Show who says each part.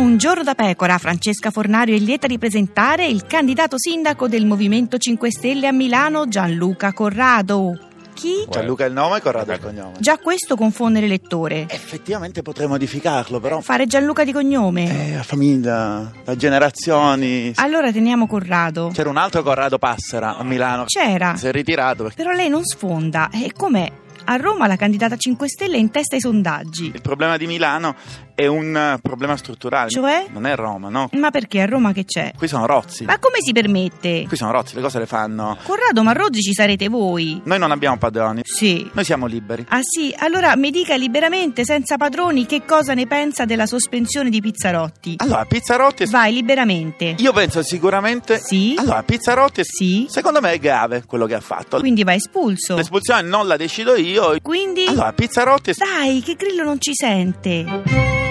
Speaker 1: Un giorno da pecora, Francesca Fornario è lieta di presentare il candidato sindaco del Movimento 5 Stelle a Milano, Gianluca Corrado. Chi?
Speaker 2: Gianluca Cioè, è il nome e Corrado è il cognome.
Speaker 1: Già questo confonde l'elettore.
Speaker 2: Effettivamente potrei modificarlo, però.
Speaker 1: Fare Gianluca di cognome.
Speaker 2: Eh, la famiglia, da generazioni.
Speaker 1: Allora teniamo Corrado.
Speaker 2: C'era un altro Corrado Passera a Milano.
Speaker 1: C'era.
Speaker 2: Si è ritirato perché.
Speaker 1: Però lei non sfonda. E com'è? A Roma la candidata 5 Stelle è in testa ai sondaggi.
Speaker 2: Il problema di Milano è un eh, problema strutturale.
Speaker 1: Cioè?
Speaker 2: Non è Roma, no?
Speaker 1: Ma perché a Roma che c'è?
Speaker 2: Qui sono rozzi.
Speaker 1: Ma come si permette?
Speaker 2: Qui sono rozzi, le cose le fanno.
Speaker 1: Corrado Marrozzi ci sarete voi.
Speaker 2: Noi non abbiamo padroni,
Speaker 1: Sì.
Speaker 2: noi siamo liberi.
Speaker 1: Ah sì, allora mi dica liberamente, senza padroni, che cosa ne pensa della sospensione di Pizzarotti.
Speaker 2: Allora, Pizzarotti. è-
Speaker 1: Vai liberamente.
Speaker 2: Io penso sicuramente.
Speaker 1: Sì.
Speaker 2: Allora, Pizzarotti. è-
Speaker 1: Sì.
Speaker 2: Secondo me è grave quello che ha fatto.
Speaker 1: Quindi va espulso.
Speaker 2: L'espulsione non la decido io.
Speaker 1: Quindi...
Speaker 2: Allora, Pizzarotti. è-
Speaker 1: Dai, che Grillo non ci sente.